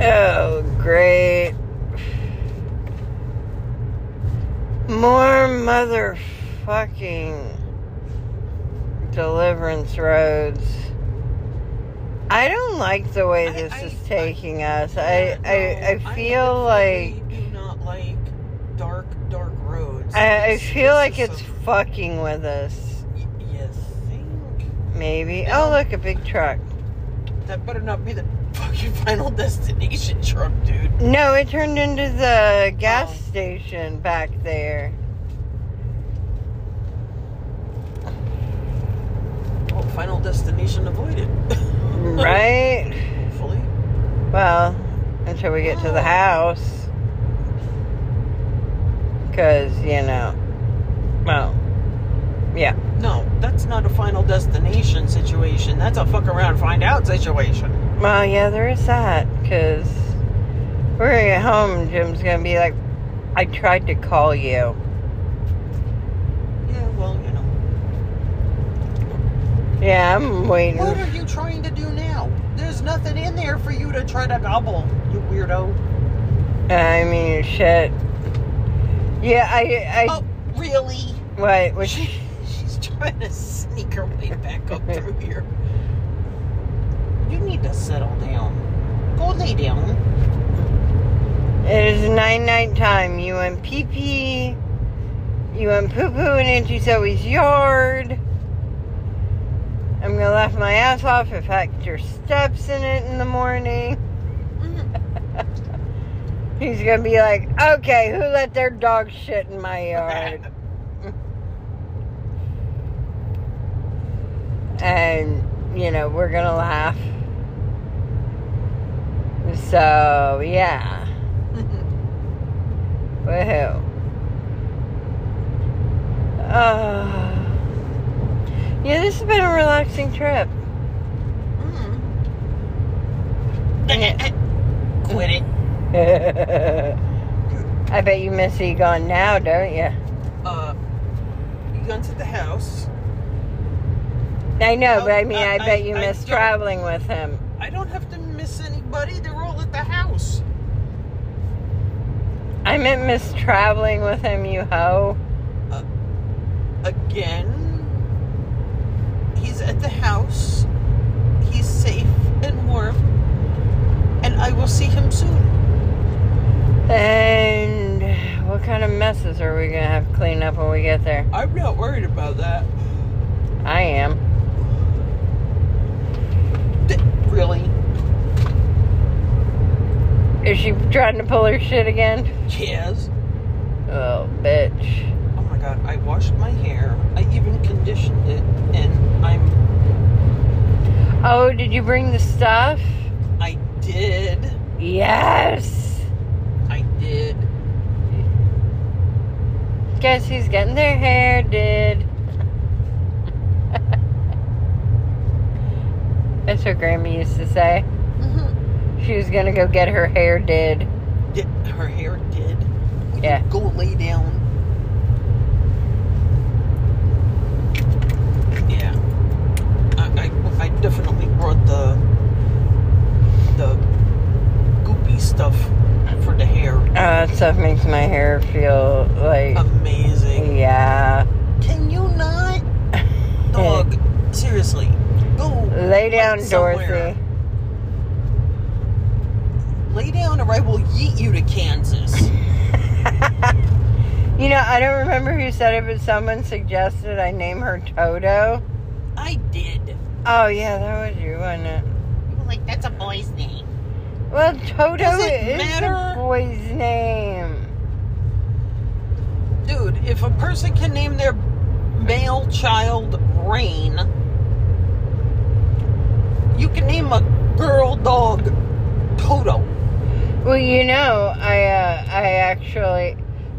[SPEAKER 1] Oh, great. More motherfucking deliverance roads. I don't like the way
[SPEAKER 2] I-
[SPEAKER 1] this
[SPEAKER 2] I-
[SPEAKER 1] is
[SPEAKER 2] I-
[SPEAKER 1] taking us. I,
[SPEAKER 2] Yeah,
[SPEAKER 1] I,
[SPEAKER 2] no,
[SPEAKER 1] I feel
[SPEAKER 2] I
[SPEAKER 1] like.
[SPEAKER 2] really do not like dark, dark roads.
[SPEAKER 1] I, I
[SPEAKER 2] This-
[SPEAKER 1] feel
[SPEAKER 2] this
[SPEAKER 1] like
[SPEAKER 2] is
[SPEAKER 1] it's
[SPEAKER 2] a-
[SPEAKER 1] fucking with us.
[SPEAKER 2] y- you think
[SPEAKER 1] Maybe. Oh, look, a big truck.
[SPEAKER 2] that better not be the fucking final destination truck, dude?
[SPEAKER 1] No, it turned into the gas
[SPEAKER 2] Oh.
[SPEAKER 1] station back there.
[SPEAKER 2] Well, final destination avoided.
[SPEAKER 1] Right?
[SPEAKER 2] Hopefully.
[SPEAKER 1] Well, until we get to the house. Because, you know. Well,
[SPEAKER 2] No, that's not a final destination situation. That's a fuck around, find out situation.
[SPEAKER 1] well, yeah, there is that. Because we're going to get home, Jim's going to be like, I tried to call you.
[SPEAKER 2] Yeah, well, you know.
[SPEAKER 1] Yeah, I'm waiting.
[SPEAKER 2] What are you trying to do now? There's nothing in there for you to try to gobble, you weirdo.
[SPEAKER 1] I mean, shit. Yeah, I. I
[SPEAKER 2] Oh, really?
[SPEAKER 1] What? Which,
[SPEAKER 2] She, she's trying to sneak her way back up through here. You need to settle down. Go lay down.
[SPEAKER 1] it is 9 night time. You and pee pee. You and poo poo in Auntie Zoe's yard. I'm gonna laugh my ass off if Hector steps in it in the morning.
[SPEAKER 2] Mm-hmm.
[SPEAKER 1] He's gonna be like, okay, who let their dog shit in my yard? and, you know, we're gonna laugh. So, yeah.
[SPEAKER 2] Mm-hmm.
[SPEAKER 1] Woohoo. Uh, yeah, this has been a relaxing trip.
[SPEAKER 2] Quit it.
[SPEAKER 1] I bet you miss Egon now, don't you?
[SPEAKER 2] Uh, you gone to the house.
[SPEAKER 1] I know,
[SPEAKER 2] Oh,
[SPEAKER 1] but I mean,
[SPEAKER 2] I-
[SPEAKER 1] I, bet
[SPEAKER 2] I-
[SPEAKER 1] you
[SPEAKER 2] I
[SPEAKER 1] miss
[SPEAKER 2] don't-
[SPEAKER 1] traveling with him.
[SPEAKER 2] I don't have to miss anybody. They're all at the house.
[SPEAKER 1] I meant miss traveling with him, you hoe.
[SPEAKER 2] Again, he's at the house. He's safe and warm. And I will see him soon.
[SPEAKER 1] And what kind of messes are we gonna have to clean up when we get there?
[SPEAKER 2] I'm not worried about that.
[SPEAKER 1] I am.
[SPEAKER 2] Th- really?
[SPEAKER 1] Is she trying to pull her shit again?
[SPEAKER 2] Yes.
[SPEAKER 1] Oh, bitch.
[SPEAKER 2] Oh my god, I washed my hair. I even conditioned it and I'm
[SPEAKER 1] Oh, did you bring the stuff?
[SPEAKER 2] I did.
[SPEAKER 1] Yes.
[SPEAKER 2] I did.
[SPEAKER 1] Guess who's getting their hair did? That's what Grandma used to say.
[SPEAKER 2] Mm-hmm.
[SPEAKER 1] She was gonna go get her hair did.
[SPEAKER 2] Did, her hair did. We
[SPEAKER 1] Yeah.
[SPEAKER 2] could Go lay down. Yeah. I, I, I definitely brought the the goopy stuff for the hair.
[SPEAKER 1] Uh, that stuff makes my hair feel like,
[SPEAKER 2] Amazing.
[SPEAKER 1] yeah.
[SPEAKER 2] Can you not? Dog, seriously. Go.
[SPEAKER 1] Lay down,
[SPEAKER 2] like, somewhere.
[SPEAKER 1] Dorothy.
[SPEAKER 2] Lay down or I will yeet you to Kansas.
[SPEAKER 1] You know, I don't remember who said it, but someone suggested I name her Toto.
[SPEAKER 2] I did.
[SPEAKER 1] Oh yeah, that was you, wasn't it?
[SPEAKER 2] You were like, that's a boy's name.
[SPEAKER 1] Well, Toto
[SPEAKER 2] Does it
[SPEAKER 1] is
[SPEAKER 2] matter?
[SPEAKER 1] the boy's name.
[SPEAKER 2] Dude, if a person can name their male child Rain, you can name a girl dog Toto.
[SPEAKER 1] Well, you know, I uh, I actually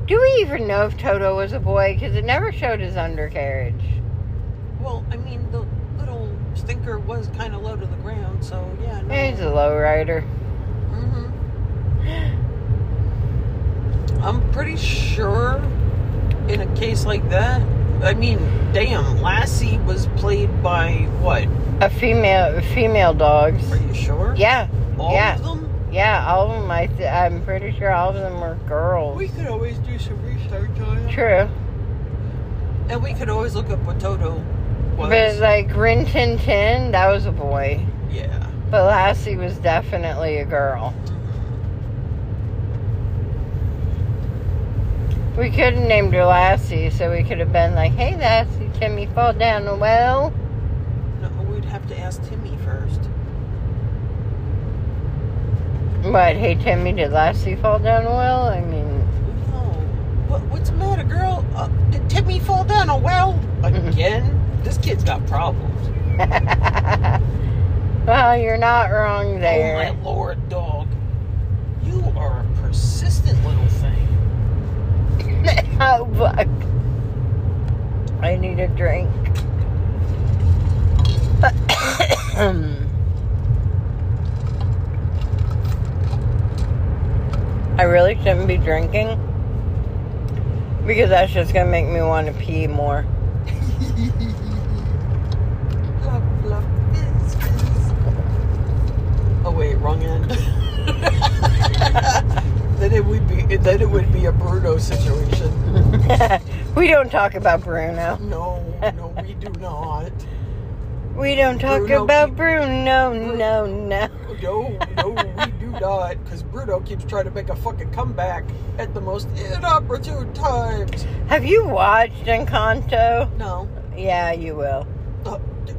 [SPEAKER 1] do we even know if Toto was a boy because it never showed his undercarriage.
[SPEAKER 2] Well, I mean, the little stinker was kind of low to the ground, so yeah. No.
[SPEAKER 1] He's a lowrider.
[SPEAKER 2] hmm I'm pretty sure in a case like that, I mean, damn, Lassie was played by what?
[SPEAKER 1] A female female dogs.
[SPEAKER 2] Are you sure?
[SPEAKER 1] Yeah,
[SPEAKER 2] All
[SPEAKER 1] yeah.
[SPEAKER 2] of them?
[SPEAKER 1] yeah. All of them. I th- I'm pretty sure all of them were girls.
[SPEAKER 2] We could always do some research on it.
[SPEAKER 1] True,
[SPEAKER 2] And we could always look up what Toto was.
[SPEAKER 1] but uh, like Rin Tin Tin, that was a boy.
[SPEAKER 2] yeah.
[SPEAKER 1] But Lassie was definitely a girl. We could have named her Lassie, so we could have been like, hey, Lassie, can we fall down a well?
[SPEAKER 2] No, we'd have to ask Timmy first.
[SPEAKER 1] But, hey, Timmy, did Lassie fall down a well? I mean,
[SPEAKER 2] No. What, what's the matter, girl? Uh, did Timmy fall down a well?
[SPEAKER 1] Mm-hmm.
[SPEAKER 2] Again? this kid's got problems.
[SPEAKER 1] well, you're not wrong
[SPEAKER 2] Oh,
[SPEAKER 1] there.
[SPEAKER 2] my lord, dog. You are a persistent little thing.
[SPEAKER 1] oh, fuck. I need a drink. I really shouldn't be drinking because that's just gonna make me want to pee more.
[SPEAKER 2] Love, love, fizz, fizz. Oh wait, wrong end. then it would be then it would be a Bruno situation.
[SPEAKER 1] we don't talk about Bruno.
[SPEAKER 2] No, no, we do not.
[SPEAKER 1] We don't talk
[SPEAKER 2] Bruno
[SPEAKER 1] about
[SPEAKER 2] keep-
[SPEAKER 1] Bruno. No, no.
[SPEAKER 2] No, no, we do not. Because Bruno keeps trying to make a fucking comeback at the most inopportune times.
[SPEAKER 1] Have you watched Encanto?
[SPEAKER 2] No.
[SPEAKER 1] Yeah, you will.
[SPEAKER 2] Uh, d-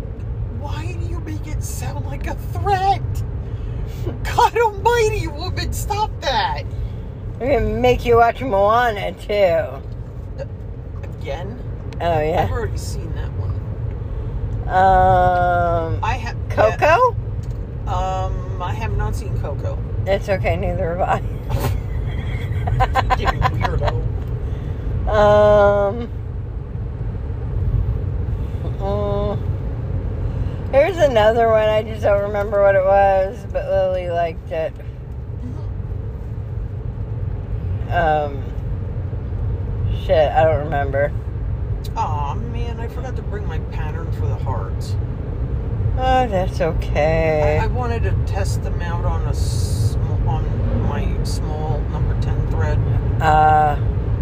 [SPEAKER 2] why do you make it sound like a threat? God almighty, woman, stop that!
[SPEAKER 1] We're gonna make you watch Moana too.
[SPEAKER 2] Again?
[SPEAKER 1] Oh
[SPEAKER 2] I've
[SPEAKER 1] yeah.
[SPEAKER 2] already seen that one.
[SPEAKER 1] Um,
[SPEAKER 2] I have.
[SPEAKER 1] Coco?
[SPEAKER 2] um, I have not seen Coco.
[SPEAKER 1] It's okay. Neither have I.
[SPEAKER 2] Fucking weirdo.
[SPEAKER 1] Um. mm, There's another one. I just don't remember what it was, but Lily liked it.
[SPEAKER 2] Mm-hmm.
[SPEAKER 1] Um. Shit, I don't remember.
[SPEAKER 2] Aw, man, I forgot to bring my pattern for the hearts.
[SPEAKER 1] Oh, that's okay.
[SPEAKER 2] I, I wanted to test them out on a sm- on my small number ten thread
[SPEAKER 1] Uh,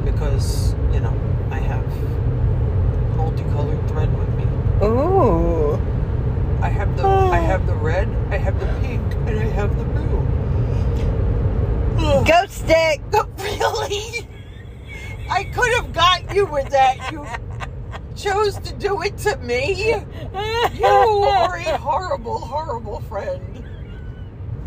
[SPEAKER 2] because you know I have multicolored thread with me.
[SPEAKER 1] Uh, ooh.
[SPEAKER 2] I have the I have the red, I have the pink, and I have the blue. Ugh.
[SPEAKER 1] Ghost stick!
[SPEAKER 2] really? I could have got you with that. You chose to do it to me. You are a horrible, horrible friend.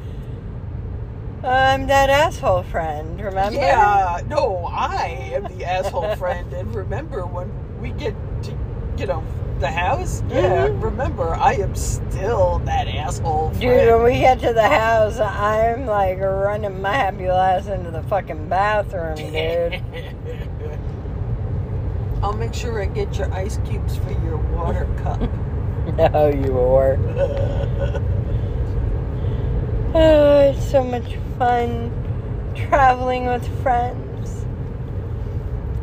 [SPEAKER 1] I'm that asshole friend, remember?
[SPEAKER 2] Yeah, no, I am the asshole friend. And remember, when we get to, you know, the house, yeah,
[SPEAKER 1] Mhm.
[SPEAKER 2] remember, I am still that asshole friend.
[SPEAKER 1] Dude, when we get to the house, I'm like running my happy ass into the fucking bathroom, dude.
[SPEAKER 2] I'll make sure I get your ice cubes for your water cup.
[SPEAKER 1] no, you were.
[SPEAKER 2] Ugh.
[SPEAKER 1] Oh, it's so much fun traveling with friends.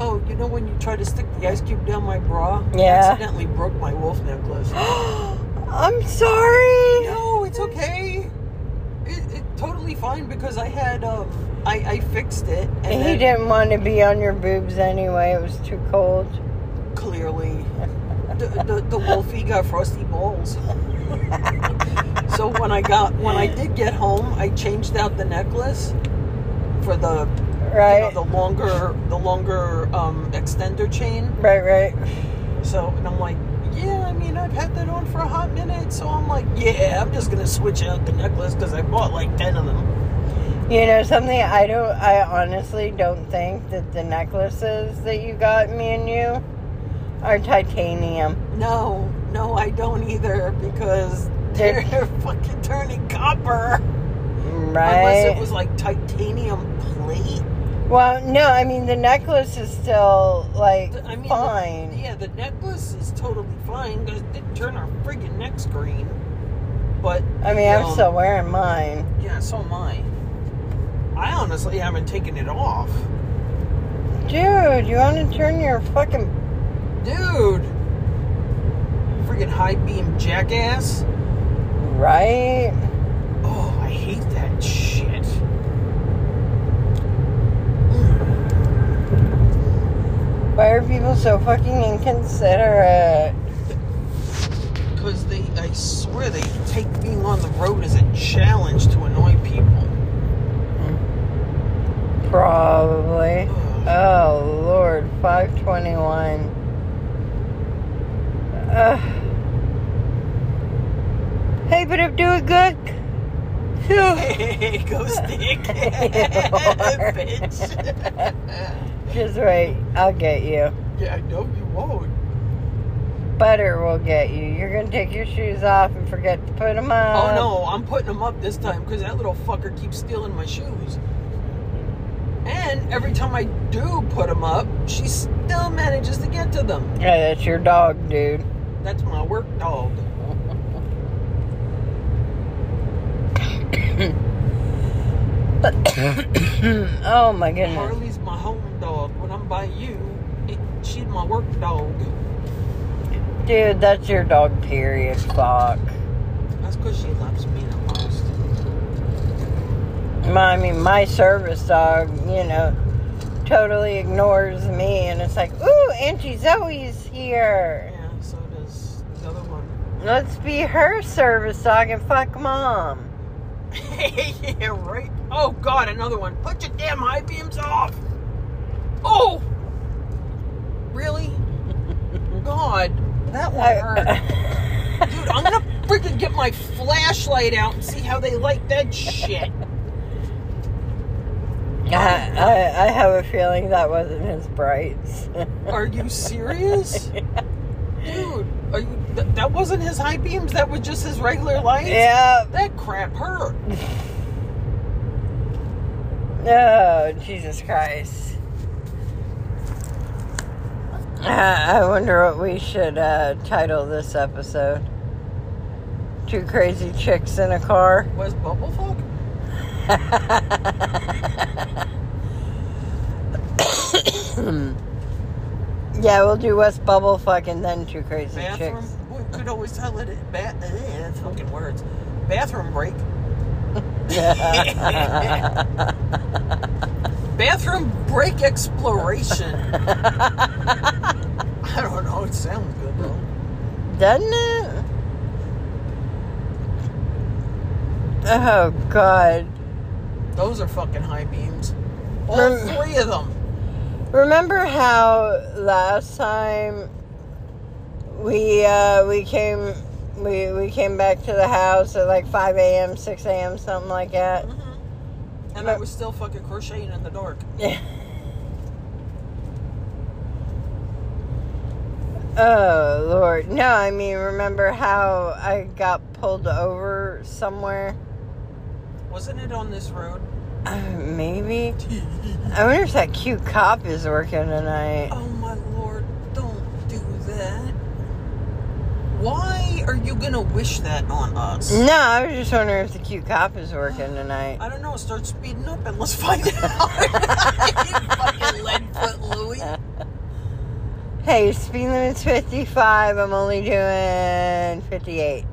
[SPEAKER 2] Oh, you know when you try to stick the ice cube down my bra? I
[SPEAKER 1] Yeah.
[SPEAKER 2] accidentally broke my wolf necklace.
[SPEAKER 1] I'm sorry.
[SPEAKER 2] no, it's okay. It, it totally fine because I had um I, I fixed it and
[SPEAKER 1] He
[SPEAKER 2] then
[SPEAKER 1] didn't want to be on your boobs anyway. It was too cold.
[SPEAKER 2] clearly the, the, the wolfie got frosty balls. so when I got when I did get home, I changed out the necklace for the you know,
[SPEAKER 1] Right?
[SPEAKER 2] the longer the longer um, extender chain.
[SPEAKER 1] right, right.
[SPEAKER 2] So, and I'm like, yeah, I mean, I've had that on for a hot minute. So I'm like, yeah, I'm just gonna switch out the necklace because I bought like ten of them.
[SPEAKER 1] You know something? I don't. I honestly don't think that the necklaces that you got me and you are titanium.
[SPEAKER 2] No, no, I don't either because they're fucking turning copper. Unless
[SPEAKER 1] Right?
[SPEAKER 2] it was like titanium plate.
[SPEAKER 1] well, no. I mean, the necklace is still like
[SPEAKER 2] I mean, the-
[SPEAKER 1] fine.
[SPEAKER 2] yeah, the necklace is totally fine because it didn't turn our friggin' necks green. But
[SPEAKER 1] I mean, I'm
[SPEAKER 2] um,
[SPEAKER 1] still wearing mine.
[SPEAKER 2] yeah, so am I. I honestly haven't taken it off.
[SPEAKER 1] Dude, you want to turn your fucking
[SPEAKER 2] Dude! Freaking high beam jackass.
[SPEAKER 1] right?
[SPEAKER 2] Oh, I hate that shit.
[SPEAKER 1] Why are people so fucking inconsiderate?
[SPEAKER 2] Because they, I swear, they take being on the road as a challenge to annoy people. Hmm.
[SPEAKER 1] Probably.
[SPEAKER 2] Ugh.
[SPEAKER 1] Oh Lord, five twenty one. Uh, hey, but I'm doing good. Phew.
[SPEAKER 2] Hey, go stick. Bitch.
[SPEAKER 1] Just wait, I'll get you.
[SPEAKER 2] yeah, I know you won't.
[SPEAKER 1] Butter will get you. You're gonna take your shoes off and forget to put them
[SPEAKER 2] Oh
[SPEAKER 1] on.
[SPEAKER 2] no, I'm putting them up this time because that little fucker keeps stealing my shoes. And every time I do put them up, she still manages to get to them.
[SPEAKER 1] Yeah, that's your dog, dude.
[SPEAKER 2] That's my work dog.
[SPEAKER 1] oh my goodness.
[SPEAKER 2] Harley's my home dog. When I'm by you, it, she's my work dog.
[SPEAKER 1] Dude, that's your dog, period. Fuck.
[SPEAKER 2] That's because she loves me the most.
[SPEAKER 1] my, I mean, my service dog, you know, totally ignores me, and it's like, ooh, Auntie Zoe's here.
[SPEAKER 2] Yeah, so does the other one.
[SPEAKER 1] Let's be her service dog and fuck mom.
[SPEAKER 2] yeah, right. Oh God, another one. Put your damn high beams off. Oh, really? God, that one hurt. Dude, I'm gonna freaking get my flashlight out and see how they like that shit.
[SPEAKER 1] I, I, I have a feeling that wasn't his brights.
[SPEAKER 2] Are you serious? Dude, are you, th- that wasn't his high beams. That was just his regular lights.
[SPEAKER 1] yeah.
[SPEAKER 2] That crap hurt.
[SPEAKER 1] Oh, Jesus Christ. Uh, I wonder what we should uh, title this episode. Two crazy chicks in a car.
[SPEAKER 2] Was Bumblefuck?
[SPEAKER 1] Yeah, we'll do West Bubble fucking then two crazy
[SPEAKER 2] Bathroom.
[SPEAKER 1] chicks.
[SPEAKER 2] We could always tell it. at Ba- eh, fucking words. Bathroom break. Bathroom break exploration. I don't know. It sounds good though.
[SPEAKER 1] Doesn't it? Oh god.
[SPEAKER 2] Those are fucking high beams. All
[SPEAKER 1] Rem-
[SPEAKER 2] three of them.
[SPEAKER 1] Remember how last time we uh, we came we, we came back to the house at like five AM, six AM, something like that.
[SPEAKER 2] And I was still fucking crocheting in the dark.
[SPEAKER 1] oh Lord. No, I mean remember how I got pulled over somewhere?
[SPEAKER 2] Wasn't it on this road?
[SPEAKER 1] Uh, maybe. I wonder if that cute cop is working tonight.
[SPEAKER 2] Oh my lord, don't do that. Why are you gonna wish that on us?
[SPEAKER 1] No, I was just wondering if the cute cop is working tonight.
[SPEAKER 2] I don't know. Start speeding up and let's find out. You fucking lead foot Louie.
[SPEAKER 1] Hey, speed limit's 55. I'm only doing 58.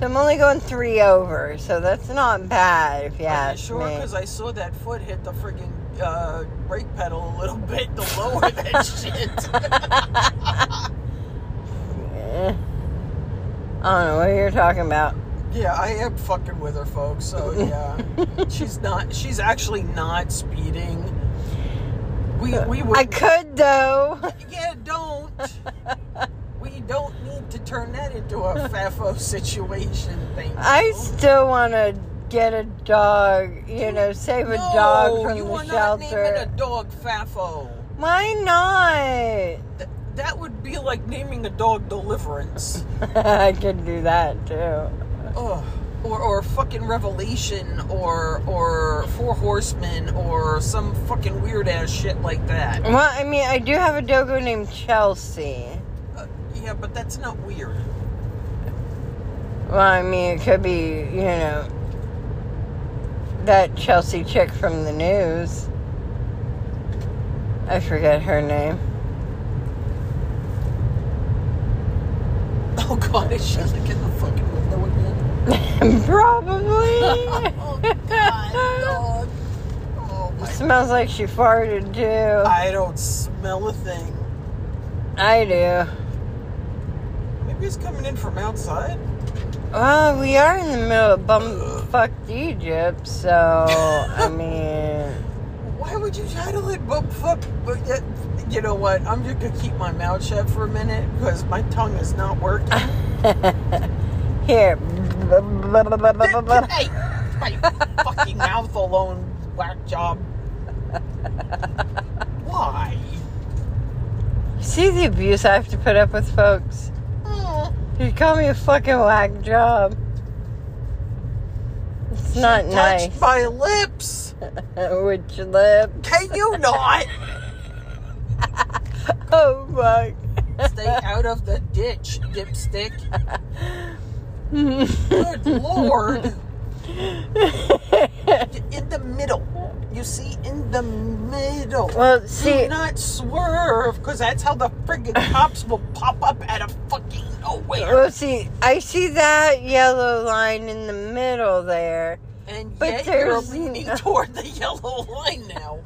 [SPEAKER 1] So I'm only going three over. So that's not bad, if you
[SPEAKER 2] Are you
[SPEAKER 1] ask
[SPEAKER 2] sure?
[SPEAKER 1] me.
[SPEAKER 2] Because I saw that foot hit the freaking uh, brake pedal a little bit to lower that shit.
[SPEAKER 1] Eh. I don't know what you're talking about.
[SPEAKER 2] Yeah, I am fucking with her, folks. So yeah, she's not. She's actually not speeding. We we would.
[SPEAKER 1] Uh, I could though.
[SPEAKER 2] Yeah, don't. we don't need to turn that into a FAFO situation. Thank you.
[SPEAKER 1] I still want to get a dog. You know, save a
[SPEAKER 2] no,
[SPEAKER 1] dog from
[SPEAKER 2] you
[SPEAKER 1] the
[SPEAKER 2] are not
[SPEAKER 1] shelter.
[SPEAKER 2] naming a dog FAFO.
[SPEAKER 1] Why not?
[SPEAKER 2] Th- that would be like naming a dog Deliverance.
[SPEAKER 1] I could do that too.
[SPEAKER 2] Ugh. Or, or fucking Revelation, or or Four Horsemen, or some fucking weird ass shit like that.
[SPEAKER 1] Well, I mean, I do have a dogo named Chelsea.
[SPEAKER 2] Uh, yeah, but that's not weird.
[SPEAKER 1] Well, I mean, it could be, you know, that Chelsea chick from the news. I forget her name.
[SPEAKER 2] Oh god, is she like in the fucking window again?
[SPEAKER 1] Probably.
[SPEAKER 2] Oh god, dog. Oh my.
[SPEAKER 1] Smells like she farted too.
[SPEAKER 2] I don't smell a thing.
[SPEAKER 1] I do.
[SPEAKER 2] Maybe it's coming in from outside.
[SPEAKER 1] Well, we are in the middle of bumfucked Egypt, so I mean,
[SPEAKER 2] Why would you title it bump fuck? But yet, you know what? I'm just gonna keep my mouth shut for a minute because my tongue is not working.
[SPEAKER 1] here. blah, blah, blah, blah, blah, blah.
[SPEAKER 2] Hey, my fucking mouth alone, whack job. Why?
[SPEAKER 1] See the abuse I have to put up with, folks.
[SPEAKER 2] Mm.
[SPEAKER 1] You call me a fucking whack job. It's not nice.
[SPEAKER 2] Touched my lips.
[SPEAKER 1] With your lip.
[SPEAKER 2] Can you not
[SPEAKER 1] Oh my.
[SPEAKER 2] stay out of the ditch, dipstick? Good lord. In the middle. You see, in the middle.
[SPEAKER 1] Well, see,
[SPEAKER 2] Do not swerve, because that's how the friggin' cops will pop up out of fucking nowhere.
[SPEAKER 1] well, see, I see that yellow line in the middle there,
[SPEAKER 2] And
[SPEAKER 1] but
[SPEAKER 2] yet you're
[SPEAKER 1] there's
[SPEAKER 2] leaning
[SPEAKER 1] no-
[SPEAKER 2] toward the yellow line now.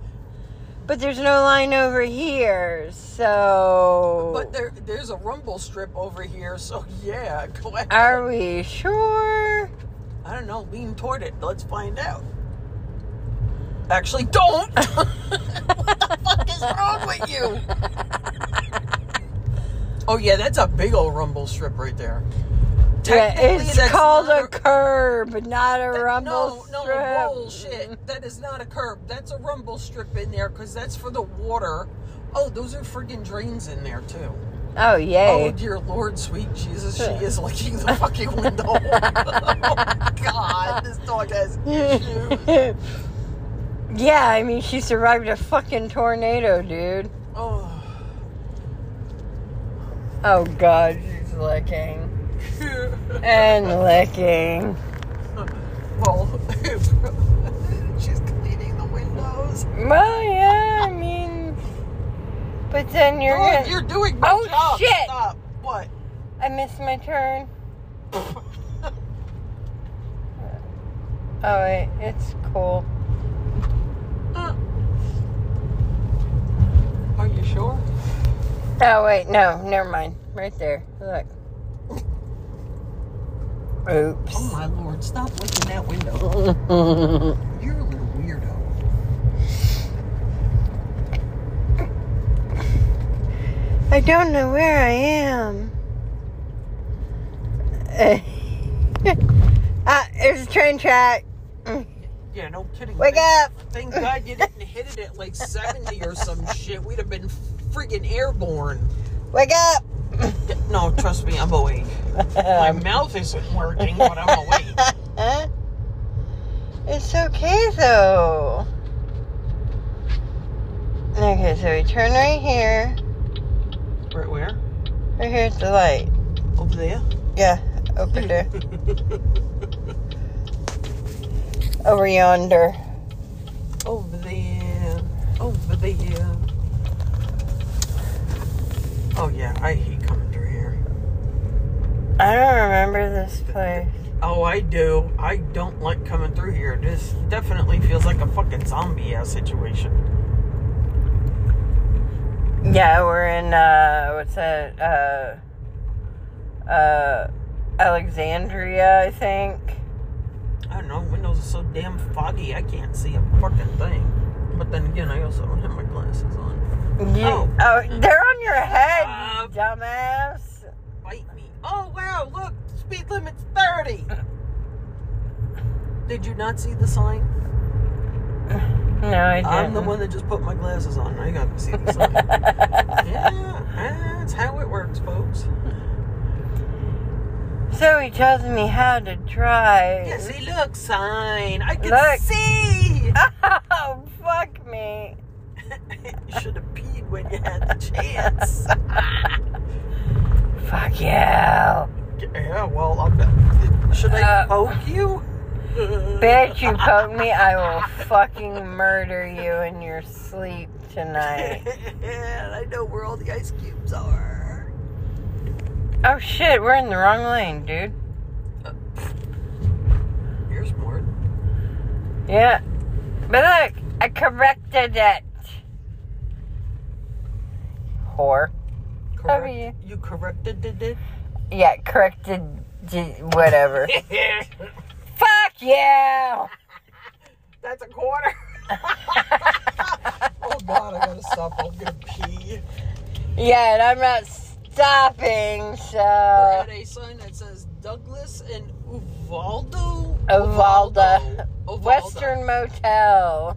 [SPEAKER 1] but there's no line over here, so.
[SPEAKER 2] But there, there's a rumble strip over here, so yeah, go ahead.
[SPEAKER 1] Are we sure?
[SPEAKER 2] I don't know, lean toward it. Let's find out. Actually, don't! what the fuck is wrong with you? Oh, yeah, that's a big old rumble strip right there.
[SPEAKER 1] Yeah,
[SPEAKER 2] Technically,
[SPEAKER 1] it's
[SPEAKER 2] that's
[SPEAKER 1] called
[SPEAKER 2] not
[SPEAKER 1] a curb, not a
[SPEAKER 2] that-
[SPEAKER 1] rumble
[SPEAKER 2] No,
[SPEAKER 1] strip.
[SPEAKER 2] no, bullshit. That is not a curb. That's a rumble strip in there because that's for the water. Oh, those are friggin' drains in there too.
[SPEAKER 1] Oh
[SPEAKER 2] Oh
[SPEAKER 1] yay!
[SPEAKER 2] dear Lord, sweet Jesus, she is licking the fucking window. oh God, this dog has issues.
[SPEAKER 1] yeah, I mean she survived a fucking tornado, dude.
[SPEAKER 2] Oh,
[SPEAKER 1] Oh god, she's licking and licking.
[SPEAKER 2] well, she's cleaning the windows.
[SPEAKER 1] Well, yeah, I mean, but then you're
[SPEAKER 2] Lord,
[SPEAKER 1] gonna.
[SPEAKER 2] you're doing my
[SPEAKER 1] Oh,
[SPEAKER 2] job.
[SPEAKER 1] shit.
[SPEAKER 2] Stop. What?
[SPEAKER 1] I missed my turn. Oh wait, it's cool.
[SPEAKER 2] Are you sure?
[SPEAKER 1] Oh wait, no, never mind. Right there. Look. Oops.
[SPEAKER 2] Oh my lord, stop licking that window. You're a little weirdo.
[SPEAKER 1] I don't know where I am. Uh, ah, there's a train track.
[SPEAKER 2] Yeah, no kidding.
[SPEAKER 1] Wake
[SPEAKER 2] Thank-
[SPEAKER 1] up.
[SPEAKER 2] Thank God you didn't hit it at like 70 or some shit. We'd have been friggin' airborne.
[SPEAKER 1] Wake up!
[SPEAKER 2] D- No, trust me, I'm awake. My mouth isn't working, but I'm awake.
[SPEAKER 1] Huh? It's okay though. Okay, so we turn right here.
[SPEAKER 2] Right where?
[SPEAKER 1] Right here's the light.
[SPEAKER 2] Over there?
[SPEAKER 1] Yeah, over there. over yonder.
[SPEAKER 2] Over there. Over there. Oh, yeah, I hate coming through here.
[SPEAKER 1] I don't remember this place.
[SPEAKER 2] Oh, I do. I don't like coming through here. This definitely feels like a fucking zombie ass situation.
[SPEAKER 1] Yeah, we're in uh what's that? Uh uh Alexandria, I think.
[SPEAKER 2] I don't know. Windows are so damn foggy. I can't see a fucking thing. But then again, I also don't have my glasses on.
[SPEAKER 1] You,
[SPEAKER 2] Oh.
[SPEAKER 1] oh. they're on your head, you
[SPEAKER 2] Uh,
[SPEAKER 1] dumbass.
[SPEAKER 2] Bite me. Oh wow! Look, speed limit's thirty. Did you not see the sign?
[SPEAKER 1] No, I didn't.
[SPEAKER 2] I'm the one that just put my glasses on. I got to see the sign. yeah, that's how it works, folks.
[SPEAKER 1] so he tells me how to drive.
[SPEAKER 2] Yeah, see, look, sign. I can
[SPEAKER 1] Look.
[SPEAKER 2] see.
[SPEAKER 1] Oh, fuck me.
[SPEAKER 2] you should have peed when you had the chance.
[SPEAKER 1] Fuck you.
[SPEAKER 2] yeah, well, I'm not. Should I
[SPEAKER 1] Uh,
[SPEAKER 2] poke you?
[SPEAKER 1] Bitch, you poke me, I will fucking murder you in your sleep tonight.
[SPEAKER 2] and I know where all the ice cubes are.
[SPEAKER 1] Oh shit, we're in the wrong lane, dude.
[SPEAKER 2] You're smart.
[SPEAKER 1] Yeah. But look, I corrected it. Whore.
[SPEAKER 2] Correct.
[SPEAKER 1] you.
[SPEAKER 2] You corrected it.
[SPEAKER 1] Yeah, corrected d- whatever. Fuck you!
[SPEAKER 2] That's a quarter. oh God, I gotta stop. I'm gonna pee.
[SPEAKER 1] Yeah, and I'm not stopping,
[SPEAKER 2] We're
[SPEAKER 1] so.
[SPEAKER 2] at a sign that says Douglas and Uvaldo.
[SPEAKER 1] Ovalda.
[SPEAKER 2] Uvaldo.
[SPEAKER 1] Western Motel.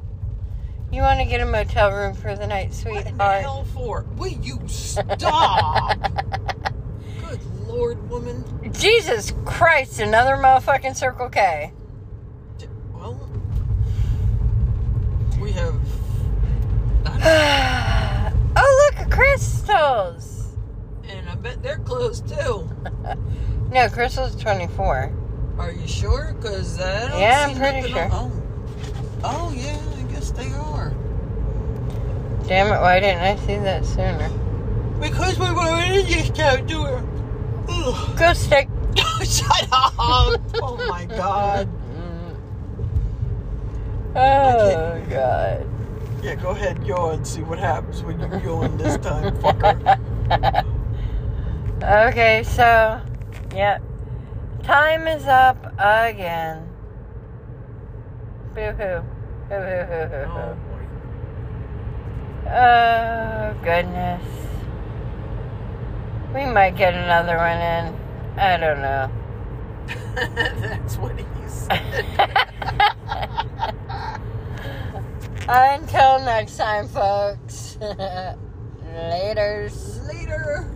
[SPEAKER 1] You want to get a motel room for the night,
[SPEAKER 2] What in the
[SPEAKER 1] sweetheart?
[SPEAKER 2] hell for? Will you stop? Good lord, woman.
[SPEAKER 1] Jesus Christ, another motherfucking Circle K.
[SPEAKER 2] D- Well, we have.
[SPEAKER 1] oh, look, crystals.
[SPEAKER 2] And I bet they're closed too.
[SPEAKER 1] No, crystals 24.
[SPEAKER 2] Are you sure? Because I don't
[SPEAKER 1] Yeah, I'm
[SPEAKER 2] see
[SPEAKER 1] pretty
[SPEAKER 2] nothing on- Oh. oh, yeah, I guess they are.
[SPEAKER 1] Damn it, why didn't I see that sooner?
[SPEAKER 2] Because we were in this town doing. Ugh.
[SPEAKER 1] Go stick.
[SPEAKER 2] Shut up! oh my god.
[SPEAKER 1] Mm.
[SPEAKER 2] Okay.
[SPEAKER 1] Oh, God.
[SPEAKER 2] Yeah, go ahead, yawn. See what happens when you yawn this time, fucker.
[SPEAKER 1] Okay, so, yep. Time is up again. Boo hoo. Boo hoo hoo hoo hoo.
[SPEAKER 2] Oh, boy.
[SPEAKER 1] Oh, goodness. We might get another one in. I don't know.
[SPEAKER 2] That's what he said.
[SPEAKER 1] Until next time, folks. Laters.
[SPEAKER 2] Later.